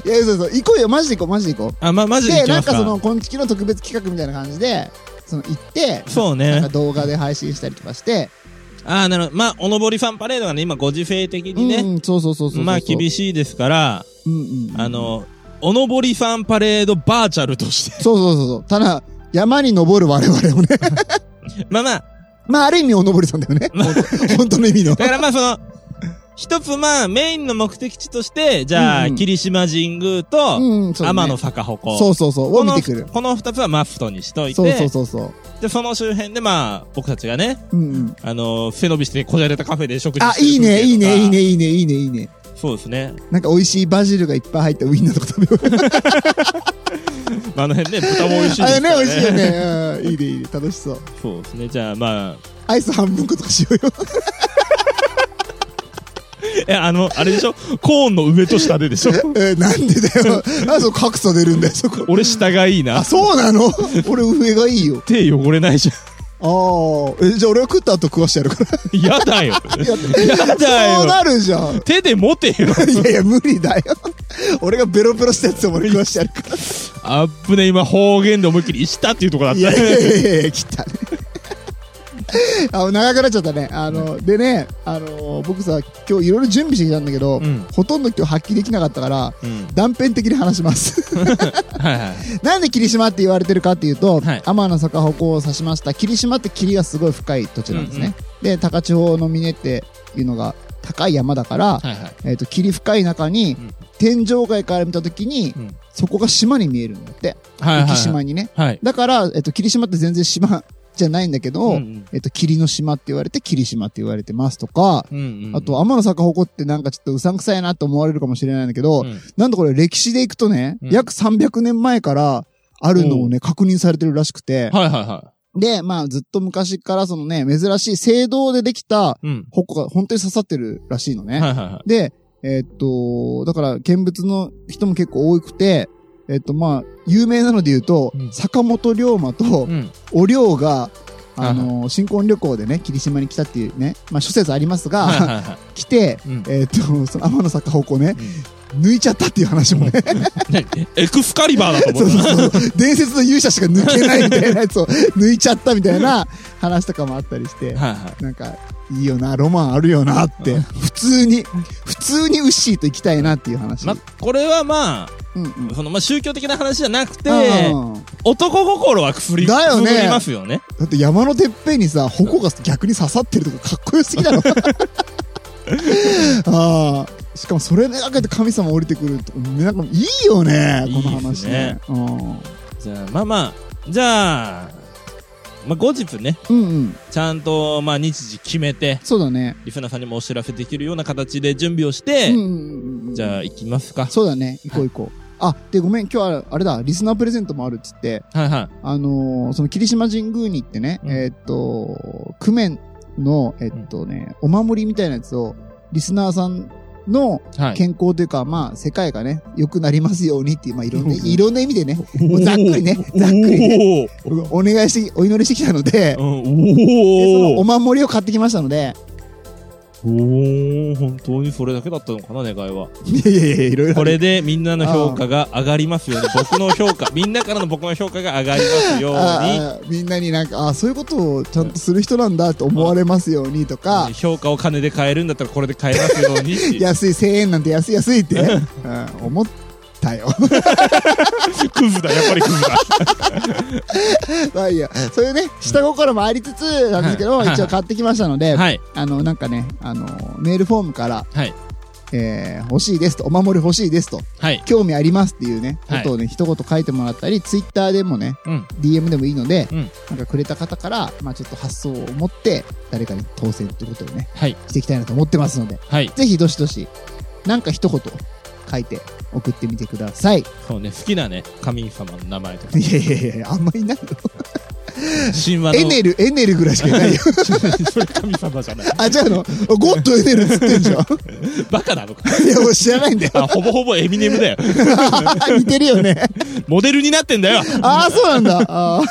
B: や、そうそう、行こうよ、マジで行こう、マジで行こ
A: あ、ま、マ
B: う。
A: ジで行
B: で、
A: き
B: な
A: ま
B: ん
A: すか。
B: かその、こんちきの特別企画みたいな感じで、その、行って、
A: そう
B: なん
A: ね
B: か。動画で配信したりとかして、
A: ああ、なるほど。まあ、おのぼりファンパレードがね、今、ご時世的に
B: う
A: ね、
B: ん、そうそうそうそうそう。
A: まあ、厳
B: しい。
A: しいですから、
B: うんうん。
A: あ、の、おのぼりファンパレードバーチャルとして。
B: そうそうそうそう。ただ、山に登る我々もね。
A: まあまあ、
B: まあ、ある意味、お登りさんだよね。 本当の 意味の。
A: だからまあその、一つまあメインの目的地として、じゃあ、
B: うんうん
A: 霧島神宮と、
B: うん、そうだね
A: 天の坂鉾。
B: そうそうそう。を
A: こ
B: 見
A: の
B: てくる。
A: この二つはマフトにしといて、
B: そうそうそうそう。
A: で、その周辺でまあ、僕たちがね、
B: うんうん。
A: あのー背伸びしてこじゃれたカフェで食事
B: あ、
A: してる
B: いいね、い
A: 風景
B: い
A: とか
B: ね、いいね、。いいね、いいね、いいね。
A: そうですね。
B: なんか美味しいバジルがいっぱい入ったウインナーとか食べよう。
A: まあ、あの辺ね、豚も美味しいで
B: あ
A: すか
B: れね、
A: ら
B: 美味しいよ。ね。うんいいね、いいね。楽しそう。
A: そうですね。じゃあまあ、
B: アイス半分ことかしよ うよ。
A: え、あの、あれでしょコーンの上と下ででしょ
B: えー、なんでだよ。なんでその格差出るんだよ、そこ。
A: 俺下がいいな
B: あ、。そうなの俺上がいいよ。
A: 手汚れないじゃん。
B: ああ。え、じゃあ俺は食った後食わしてやるから。
A: やだよ。やだ
B: そ
A: よ。
B: うなるじゃん。
A: 手で持てよ。
B: いやいや、無理だよ。俺がベロベロしたやつを俺食わしてやるから。
A: あっぶね、今方言で思いっきりしたっていうところだ
B: い
A: っ
B: やい
A: た。
B: やいやいや、切ったね。あ長くなっちゃったね。あの、でね、あの、僕さ、今日いろいろ準備してきたんだけど、
A: うん
B: ほとんど今日発揮できなかったから、
A: うん。
B: 断片的に話します。
A: はいはい。
B: なんで霧島って言われてるかっていうと、
A: はい
B: 天の坂歩行を指しました。霧島って霧がすごい深い土地なんですね。で、高千穂の峰っていうのが高い山だから、
A: はいはい。
B: えっ、と、霧深い中に、
A: うん
B: 天井外から見たときに、
A: うん
B: そこが島に見えるんだって。
A: はいはい
B: 浮島にね。
A: はい。
B: だから、えっ、と、霧島って全然島 じゃないんだけど、
A: うんうん
B: えっ、と、霧の島って言われて、霧島って言われてますとか、
A: うんうん
B: あと、天の坂鉾ってなんかちょっとうさんくさいなと思われるかもしれないんだけど、
A: うん
B: なんとこれ歴史でいくとね、
A: うん
B: 約300年前からあるのをね、確認されてるらしくて、
A: はいはいは
B: で、まあずっと昔からそのね、珍しい青銅でできた
A: い。うん。
B: 鉾が本当に刺さってるらしいのね。
A: はいはいはい。
B: で、えーっと、だから見物の人も結構多くて、えーっと、まあ、有名なので言うと、
A: うん
B: 坂本龍馬と
A: うん。
B: お龍が、あのー新婚旅行でね、霧島に来たっていうね、まあ、諸説ありますが、
A: はいはいは
B: 来て、
A: い。うん。
B: えーっと、その天の坂方向ね、
A: うん
B: 抜いちゃったっていう話もね、
A: 何エクスカリバーだと
B: そ
A: 思
B: う
A: っ
B: そう
A: た。
B: そう伝説の勇者しか抜けないみたいな やつを抜いちゃったみたいな話とかもあったりして、
A: はいはい。
B: なんか、いいよな、ロマンあるよなって、普通に、普通にウッシーと行きたいなっていう話。
A: ま、これはまあ、
B: うんうん。
A: その、まあ、宗教的な話じゃなくて、
B: うんうん
A: 男心はくすり、
B: だよね
A: くすぐりますよね。
B: だって山のてっぺんにさ、矛が逆に刺さってるとかかっこよすぎ だろ。ああ。しかもそれめがけて神様降りてくるとか、なんかいいよね、この話ね。うん
A: じゃあ、まあまあ、じゃあ、まあ、後日ね、
B: うんうん。
A: ちゃんと、まあ、日時決めて、
B: そうだね。
A: リスナーさんにもお知らせできるような形で準備をして、
B: うんうんうんうん。
A: じゃあ、行きますか。
B: そうだね。行こう行こう。あ、で、ごめん、今日はあれだ、リスナープレゼントもあるっつって、
A: はいは
B: あのーその霧島神宮に行ってね、
A: うん
B: えーっと、九面の、えっとね、お守りみたいなやつを、リスナーさんの
A: い。はい。
B: 健康というか、まあ、世界がね、良くなりますようにっていう、まあ、いろんな、
A: うん
B: いろんな意味でね、ざっくりねざっくり
A: ね。
B: お願いして、お祈りしてきたので、
A: おー
B: でその
A: お
B: お
A: ー
B: 守りを買ってきましたので、
A: おー本当にそれだけだったのかな、願い は。
B: いやいやいや、いろいろ。
A: これでみんなの評価が上がります ように、僕の評価、みんなからの僕の評価が上がりますように、
B: ああみんなになんか、あそういうことをちゃんとする人なんだと思われますようにとか、
A: 評価を金で買えるんだったらこれで買えますように。
B: 安い1000円なんて安い安いって、うん思ったよ。
A: クズだ、やっぱりクズだ。
B: まあいいや、そういうね、下心もありつつなんですけど、
A: はい
B: 一応買ってきましたので、
A: はい。
B: あの、なんかね、あの、メールフォームから、
A: はい。
B: えー欲しいですと、お守り欲しいですと、
A: はい。
B: 興味ありますっていうね、
A: はい
B: ことをね、一言書いてもらったり、ツイッターでもね、
A: うん。
B: DM でもいいので、
A: うん
B: なんかくれた方から、まあちょっと発想を持って、誰かに当選ということをね、
A: はい。
B: していきたいなと思ってますので、
A: はい。
B: ぜひどしどし、なんか一言書いて送ってみてください。い
A: そうね、好きなね、神様の名前とか、
B: やいやいや、あんまりいないよ。
A: 神話の。
B: エネル、エネルぐらいしかい ないよ。
A: それ神様じゃない。
B: あ、違うのゴッドエネルっつってんじゃん。 い
A: バカなのか。
B: や、俺知らないんだよ。
A: あ、ほぼほぼエミネムだよ。
B: 似てるよね。
A: モデルになってんだよ。
B: ああ、そうなんだ。あー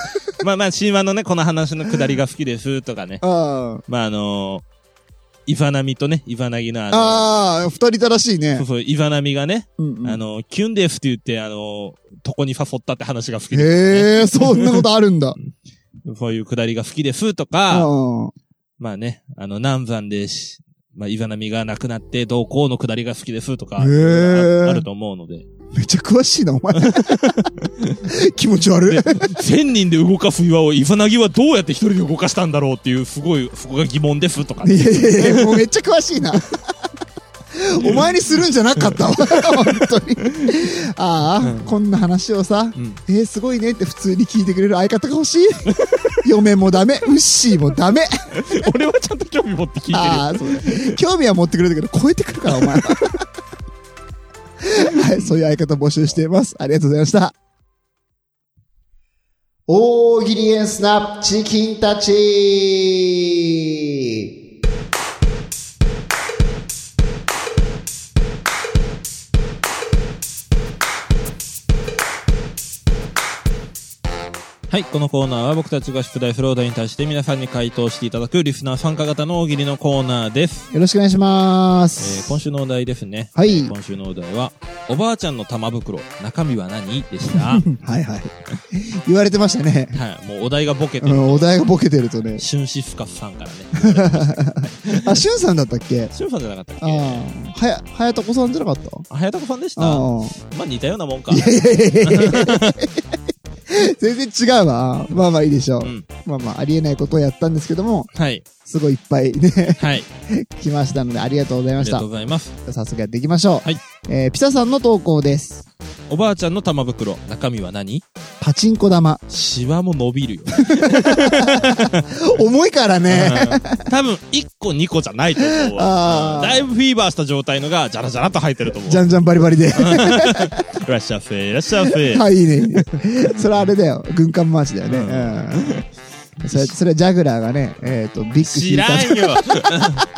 A: まあまあ、神話のね、この話の下りが好きですとかね。
B: あー。
A: まああのー、イザナミとね、イザナギのあの、
B: ああ、二人いたらしい
A: そう
B: ね。
A: そう、イザナミがね、
B: うんうん
A: あの、キュンですって言って、あの、床に誘ったって話が好きで、
B: へえ、そんなことある んだ。
A: そういうくだりが好きですとか、
B: あ
A: まあね、あの、南山でし、まあ、イザナミが亡くなって、どうこうのくだりが好きですとか、
B: へ
A: あ
B: ー
A: あると思うので。
B: めっちゃ詳しいな、お前。 気持ち悪
A: で。、
B: い
A: 千人で動かす岩をイザナギはどうやって一人で動かしたんだろうっていう、すごい、そこが疑問ですとか、
B: いやいやいや、もうめっちゃ 詳しいな。お前にするんじゃなかったわ。本当に。あ
A: う
B: あ、
A: ん
B: こんな話をさ、
A: うん
B: えー、すごいねって普通に聞いてくれる相方が欲しい。 嫁もダメ、ウッシーもダメ。
A: 俺はちゃんと興味持って聞いてるよ。
B: ああ、そうだ興味は持ってくれたけど、超えてくるから、お 前は。はい、そういう相方募集しています。ありがとうございました。大喜利エンスナップチキンたち
A: はい、このコーナーは僕たちが出題するお題に対して皆さんに回答していただくリスナー参加型の大喜利のコーナーです。
B: よろしくお願いしま
A: え
B: す。
A: ー今週のお題ですね。
B: はい
A: 今週のお題は、おばあちゃんの玉袋、中身は何で した。は
B: はいはい。 言われてましたね。
A: い、もうお題がボケて
B: う
A: る。
B: んお題がボケてる とね。
A: シュンシスカスさんからね。
B: あ、しゅんさんだったっけ
A: シュンさんじゃなかったっ
B: ああ
A: け。
B: はや、はやたこさんじゃなかった
A: あ、早田子さんでした。ま
B: ああ。
A: あ似たようなもんか
B: い。やいやいやいや 全然違うわ。まあまあいいでしょう。
A: うん。
B: まあまあ、ありえないことをやったんですけども、
A: はい。
B: すごいいっぱいね、
A: はい。
B: 来ましたので、ありがとうござい
A: あ
B: ま
A: り
B: し
A: が
B: た
A: とう。ございます。
B: 早速やっていきましょう。
A: はい
B: えーピサさんの投稿です。
A: おばあちゃんの玉袋、中身は何
B: パチンコ玉。
A: シワも伸び るよ。
B: 重いから ね。
A: 多分、1個2個じゃないと思うわ。
B: あー
A: だいぶフィーバーした状態のが、じゃらじゃらっと入ってると思う。
B: じゃんじゃんバリバリで。
A: いらっしゃいませ、いらっしゃいませ。
B: はい、いいねいいね。それあれだよ。軍艦マーチだよね。
A: う
B: うん。それ、それジャグラーがね、えっ、と、ビッグ
A: 知
B: 引い
A: ら
B: た。
A: んよ。ありがとうござい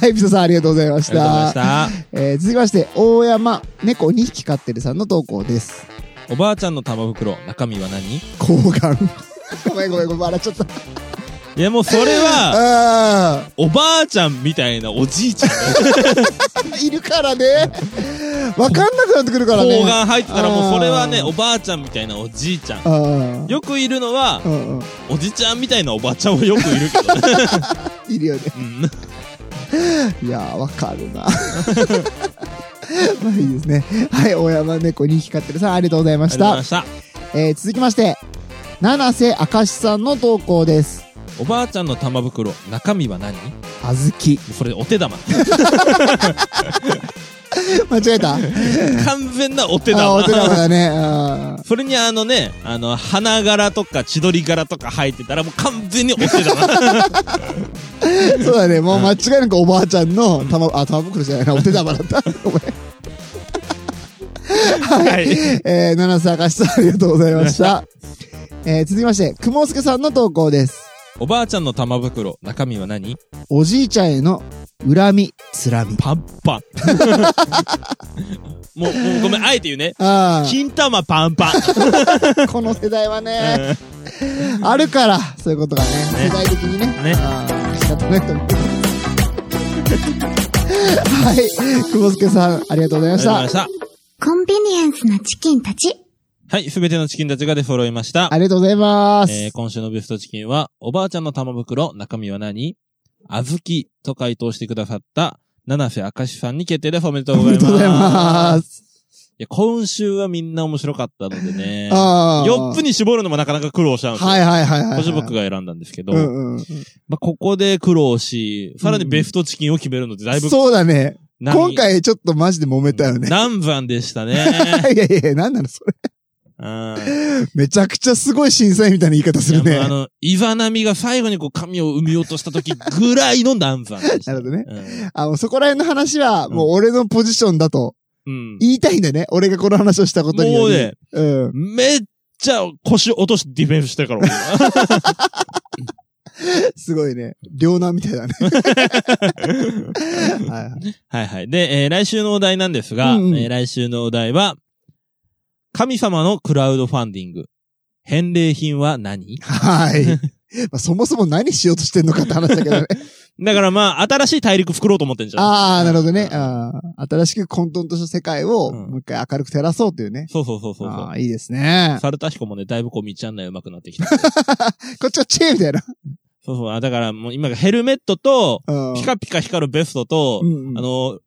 B: はい、ピサさんありがとうございました
A: まし。た。
B: えー続きまして、大山、猫2匹飼ってるさんの投稿です。
A: おばあちゃんの玉袋、中身は何い
B: 睾丸。 ごめんごめんごめん、笑っちゃった。
A: や、もうそれは、
B: あ
A: おばあちゃんみたいなおじいちゃん。
B: ーいるからね。わかんなくなってくるからね。
A: 睾丸入ってたらもうそれはね、
B: あー
A: おばあちゃんみたいなおじいちゃん。
B: あー
A: よくいるのは
B: う、んうん。
A: おじちゃんみたいなおばちゃんはよくいる けどね。
B: いるよね。
A: うん
B: いやー、わかるな。 まあいいですね。はい、大山猫2匹飼ってるさん、ありがとうございま
A: あ
B: し
A: りがとうござい
B: た
A: ま。した。
B: えー続きまして、七瀬明石さんの投稿です。
A: おばあちゃんの玉袋、中身は何
B: あずき。
A: それお手玉。
B: 間違えた
A: 完全なお手
B: あー、お手玉
A: 玉。
B: だね。あー
A: それにあのね、あの、花柄とか千鳥柄とか入ってたらもう完全にお手玉。
B: そうだね、もう間違いなくおばあちゃんの玉、あ、玉袋じゃないな、お手玉だった。ごめん。
A: はい。
B: えー、七瀬明石さん、ありがとうございました。 えー、続きまして、くもすけさんの投稿です。
A: おばあちゃんの玉袋、中身は何
B: おじいちゃんへの恨み、つ らみ。
A: パンパン。もう、もうごめん、あえて言うね。
B: あ
A: 金玉パンパン。
B: あ、この世代は ね、あるから、そういうことがね、
A: ね
B: 世代的にね。
A: ね
B: ああ、仕方ないと思う。はい、 くもすけさん、ありがとうござ
A: あ
B: い
A: りがとうご
B: まし
A: ざい
B: た
A: ま。した。
C: コンビニエンスなチキンたち。
A: はい、すべてのチキンたちが出揃いました
B: あ。りがとうございます。
A: えー、今週のベストチキンは、おばあちゃんの玉袋、中身は何あずきと回答してくださった、七瀬明石さんに決定です。おめでとう
B: お
A: ござ
B: め
A: い
B: で
A: ます。。
B: とうございますす。
A: いや、今週はみんな面白かったのでね。
B: ああ。
A: 4つに絞るのもなかなか苦労したんですよ。
B: はいはいはいはい。
A: 今週僕が選んだんですけど、
B: うんうん。
A: まあ、ここで苦労し、さらにベストチキンを決めるのでだいぶ、
B: そうだね。
A: 難易
B: 今回ちょっとマジで揉めたよね。
A: 難産でした
B: い
A: ね。
B: やいやいや、なんなのそれ。
A: うん。
B: めちゃくちゃすごい審査員みたいな言い方する
A: い
B: ね
A: やもう。あの、イザナミが最後にこう髪を産み落とした時ぐらいの難産でした。
B: なるほどね
A: ね。
B: あの、そこら辺の話は、もう俺のポジションだと
A: うん。
B: 言いたいんだよね。俺がこの話をしたことに
A: も
B: よ
A: う
B: り。
A: ね、
B: うん。
A: めっちゃ腰落としてディフェンスしてるから、俺
B: すごいね。両難みたいだ ね。はいはい
A: はいはい。で、えー来週のお題なんですが、
B: うんうん
A: えー来週のお題は、神様のクラウドファンディング。返礼品は何
B: はい。まあそもそも何しようとしてんのかって話だ けどね。
A: だからまあ、新しい大陸作ろうと思ってんじゃん。
B: ああ、なるほどね
A: う。ん
B: あー新しく混沌とした世界を、
A: うん
B: もう一回明るく照らそうというね。
A: そうそうそうそうそ
B: ああ、いいですね
A: う。。サルタヒコもね、だいぶこう道案内上手くなってきた。
B: こっちはチェーみたいな。
A: そうそう。あだからもう今がヘルメットと、
B: うん
A: ピカピカ光るベストと、
B: うんうん
A: あの、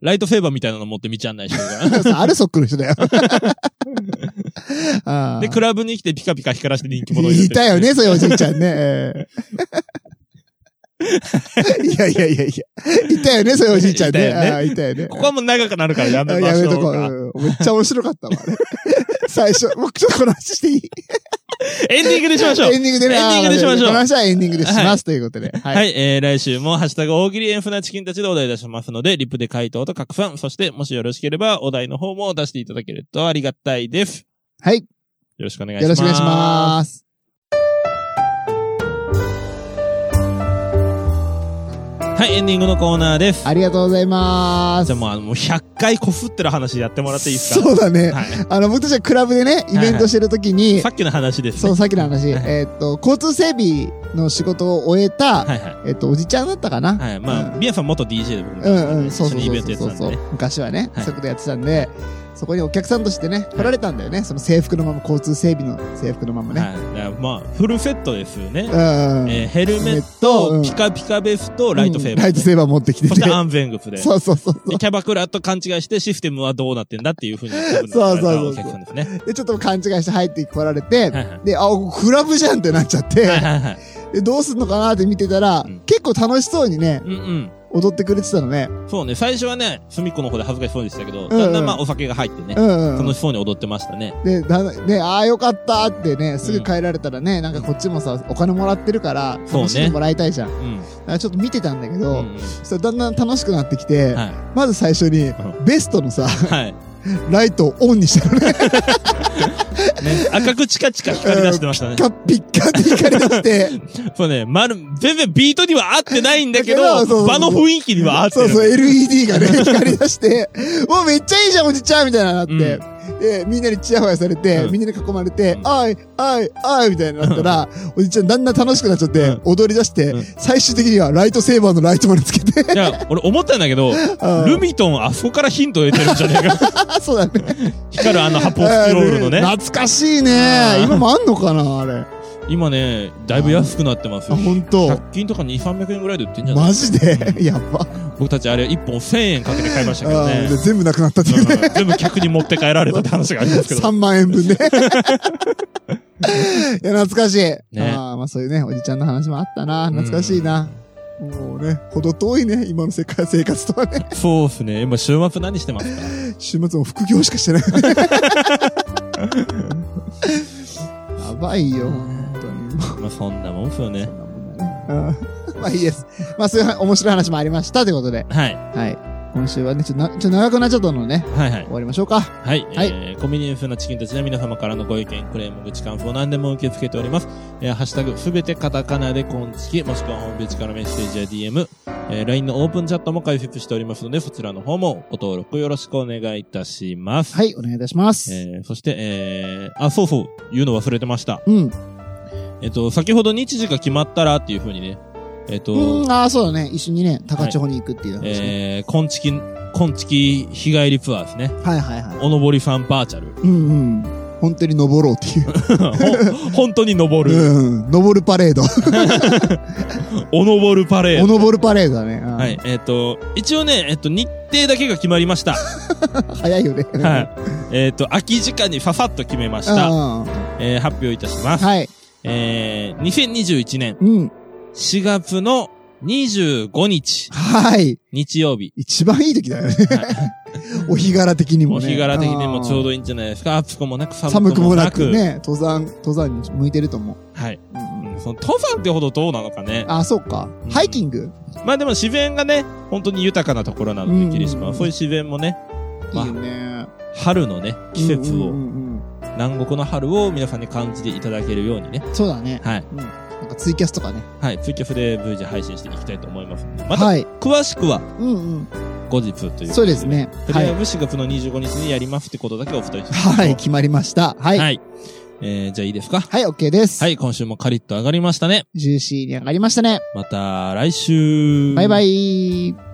A: ライトセーバーみたいなの持って道案内して る か
B: アルソックの 人だよ。あ
A: ら。
B: ー
A: で、クラブに来てピカピカ光らして人気者になってる
B: いたよね、そういうおじいちゃんね。え ーいやいやいやいや。いたよね、そういうおじいちゃん
A: いた
B: ね。
A: よね
B: あーいたよね。
A: ここはもう長くなるからや
B: あ
A: め
B: ー
A: ま
B: や
A: し
B: め
A: ょ
B: とこ
A: うか。
B: う。うんめっちゃ面白 かったわ、あれ最初、僕ちょっとこの話していい
A: エンディングでしましょう。
B: エンディングでね。
A: エンディングでしましょう
B: あーこの話はエンディングでします、ということで。
A: はい、
B: はい。
A: えー、来週も、ハッシュタグ大喜利エンフなチキンたちでお題出しますので、リプで回答と拡散、そして、もしよろしければ、お題の方も出していただけるとありがたいです。
B: はい。
A: よろしくお願いしま
B: よろ
A: す。
B: しくお願いします。
A: はい、エンディングのコーナーです。
B: ありがとうござい
A: じゃあ。
B: ます
A: もう、あの、もう100回こすってる話やってもらっていいですか
B: そうだね。
A: は
B: あの、僕たちはクラブでね、イベントしてるとき
A: い。
B: に
A: さ、っきの話です、
B: そ
A: ね。
B: う、さっきの話、
A: はい
B: えーっと、交通整備の仕事を終え
A: は
B: た、
A: いは
B: えーっと、おじちゃんだったかな。
A: い。はい。まあ、
B: うん
A: ビアさん元 DJ で僕
B: うんうん、そ
A: 一緒
B: うそう
A: にイ
B: そ
A: ベ
B: う
A: ントやって
B: そう
A: たん
B: そう
A: でね。
B: 昔はね、
A: はい
B: そういうことやってたんで、そこにお客さんとしてね、来られたんだよね。その制服のまま、交通整備の制服のままね。
A: はい。だからまあ、フルセットですよね。
B: うんうん。
A: えーヘルメッ
B: う
A: ト、
B: ん
A: ピカピカベスト、ライトセー
B: うん
A: バー。
B: ライトセーバー持ってきて
A: そ
B: て。
A: して安全靴で。
B: そうそうそう。
A: でキャバクラと勘違いしてシステムはどうなってんだっていうふうに多分
B: そうそうそう
A: お客さんです ね。
B: で、ちょっと勘違いして入ってこられて、
A: はいはい
B: で、あ、クラブじゃんってなっちゃって、
A: はいはいはい。
B: でどうすんのかなって見てたら、
A: うん
B: 結構楽しそうにね、
A: うん
B: 踊ってくれてたのね。
A: うん。そうね、最初はね、隅っこの方で恥ずかしそうでしたけど、
B: ん
A: だんだんまあお酒が入ってね
B: う、ん、う
A: 楽
B: ん。
A: しそうに踊ってましたね。
B: で、だね、ああ、よかったってね、すぐ帰られたらね、なんかこっちもさ、お金もらってるから、
A: そうね
B: 楽しんでもらいたいじゃん。
A: うん。
B: だからちょっと見てたんだけ
A: う
B: ど、
A: んうん
B: そしたらだんだん楽しくなってきて、
A: は
B: まず最初に、
A: う
B: ベストのさ、
A: い。はい。
B: ライトをオンにしたのね。
A: ね、赤くチカチカ光り出してま したね
B: ピ。ッカピッカって光り出して、
A: そうね、まる、全然ビートには合ってないんだけど
B: だけど そうそうそ、う
A: 場の雰囲気には合って
B: そう
A: る。
B: そう、LED がね、光り出して、もうめっちゃいいじゃん、おじちゃんみたいななって、で、みんなにチヤホヤされて、
A: うん
B: みんなに囲まれて
A: う、ん
B: あい、あい、あい、みたいになったら、おじちゃんだんだん楽しくなっちゃって、
A: うん
B: 踊り出して、
A: うん
B: 最終的にはライトセーバーのライトまでつけて、
A: いや、俺思ったんだけど、
B: あ
A: ルミトンあそこからヒント得てるんじゃねえか。
B: あ、そうだね。
A: 光るあの発泡スチロールのね
B: あ。懐かしい
A: うん
B: ね。今もあんのかな、あれ。あ、
A: 今ね、だいぶ安くなってますよ。
B: ほん と。
A: 100均とか2、300円ぐらいで売ってんじゃない
B: マジでやば。
A: 僕たちあれ1本1000円かけて買いましたけど
B: あ
A: ね
B: で。全部なくなったっていうね。
A: うん全部客に持って帰られたって話があり ますけど
B: 3 。万円分 ね。いや、懐かしい。
A: ね
B: ああまあそういうね、おじちゃんの話もあったな。懐かしいな。もうね、ほど遠いね、今の世界生活とはね。
A: そうっすね。今週末何してますか
B: 週末も副業しかしてない。 やばいよ、本当に。もう
A: まあそんなもんっすよね
B: そ。んなもんだねうんまあいい です。まあそういう面白い話もありましたということで。
A: はい。
B: はい。今週はね、ちょっとなちょっと長くなっちゃったのでね、
A: はいはい
B: 終。わりましょうか。
A: はい、
B: はい
A: えーコミュニエンスなチキンたちの皆様からのご意見、クレーム、口感想何でも受け付けております。えーハッシュタグ、すべてカタカナでコンチキ、もしくはホームページからメッセージや DM、えー LINE のオープンチャットも開設しておりますので、そちらの方もご登録よろしくお願いいたします。
B: はい、お願いいたします。
A: えーそして、えーあ、そうそう、言うの忘れてました。
B: うん。
A: えっ、と、先ほど日時が決まったらっていう風にね、えっ、
B: う
A: と、
B: ん、ああ、そうだね。一緒にね、高千穂に行くっていう話ね。
A: えー、コンチキ、コンチキ日帰りツアーですね。
B: はいはいはい。
A: おのぼりさんバーチャル。
B: うんうん。本当に登ろうっていう。
A: ほ 本当に登る。
B: うん。登るパ レード。
A: お登るパレード
B: お。登るパレードだね。うん
A: はい、。えっ、と、一応ね、えっ、と、日程だけが決まりま した。
B: 早いよね。
A: はい。えっ、と、空き時間にファファッと決めました。
B: うんうん
A: えー発表いたします。
B: はい。
A: えー、2021年
B: うん。
A: 4月の25日、
B: はい。
A: 日曜日。
B: 一番いい時だよね。お日柄的に
A: お
B: もね。
A: 日柄的にもちょう
B: ど
A: どいいんじゃないですか。暑くもなく寒
B: 寒
A: く
B: く
A: も
B: も
A: な
B: な
A: く。
B: くね、登山、登山に向いてると思う。
A: はい。
B: うんうん
A: うんその登山ってほどどうなのかね。
B: あ、そうか
A: うん。
B: ハイキング
A: まあでも自然がね、本当に豊かなところなので、霧島
B: うんうんう
A: は。
B: ん
A: そういう自然もね、
B: いいよね。
A: 春のね、季節
B: うん
A: を、
B: うんうん
A: 南国の春を皆さんに感じていただけるようにね。
B: うんそうだね。
A: はい。
B: うん。なんかツイキャスとかね。
A: はい、ツイキャスで随時配信していきたいと思いますので、また
B: はい。
A: 詳しくは
B: うん
A: 後日ということ
B: うん。そうです。ね。
A: とり
B: は
A: あえず
B: い。
A: 4月の25日にやりますってことだけお伝えして
B: はい、決まりました。は。
A: はいい。
B: はい、
A: えー、じゃあいいですか
B: OK です。
A: はい、今週もカリッと上がりましたね。
B: ジューシーに上がりましたね。
A: また来週。
B: バイバイ。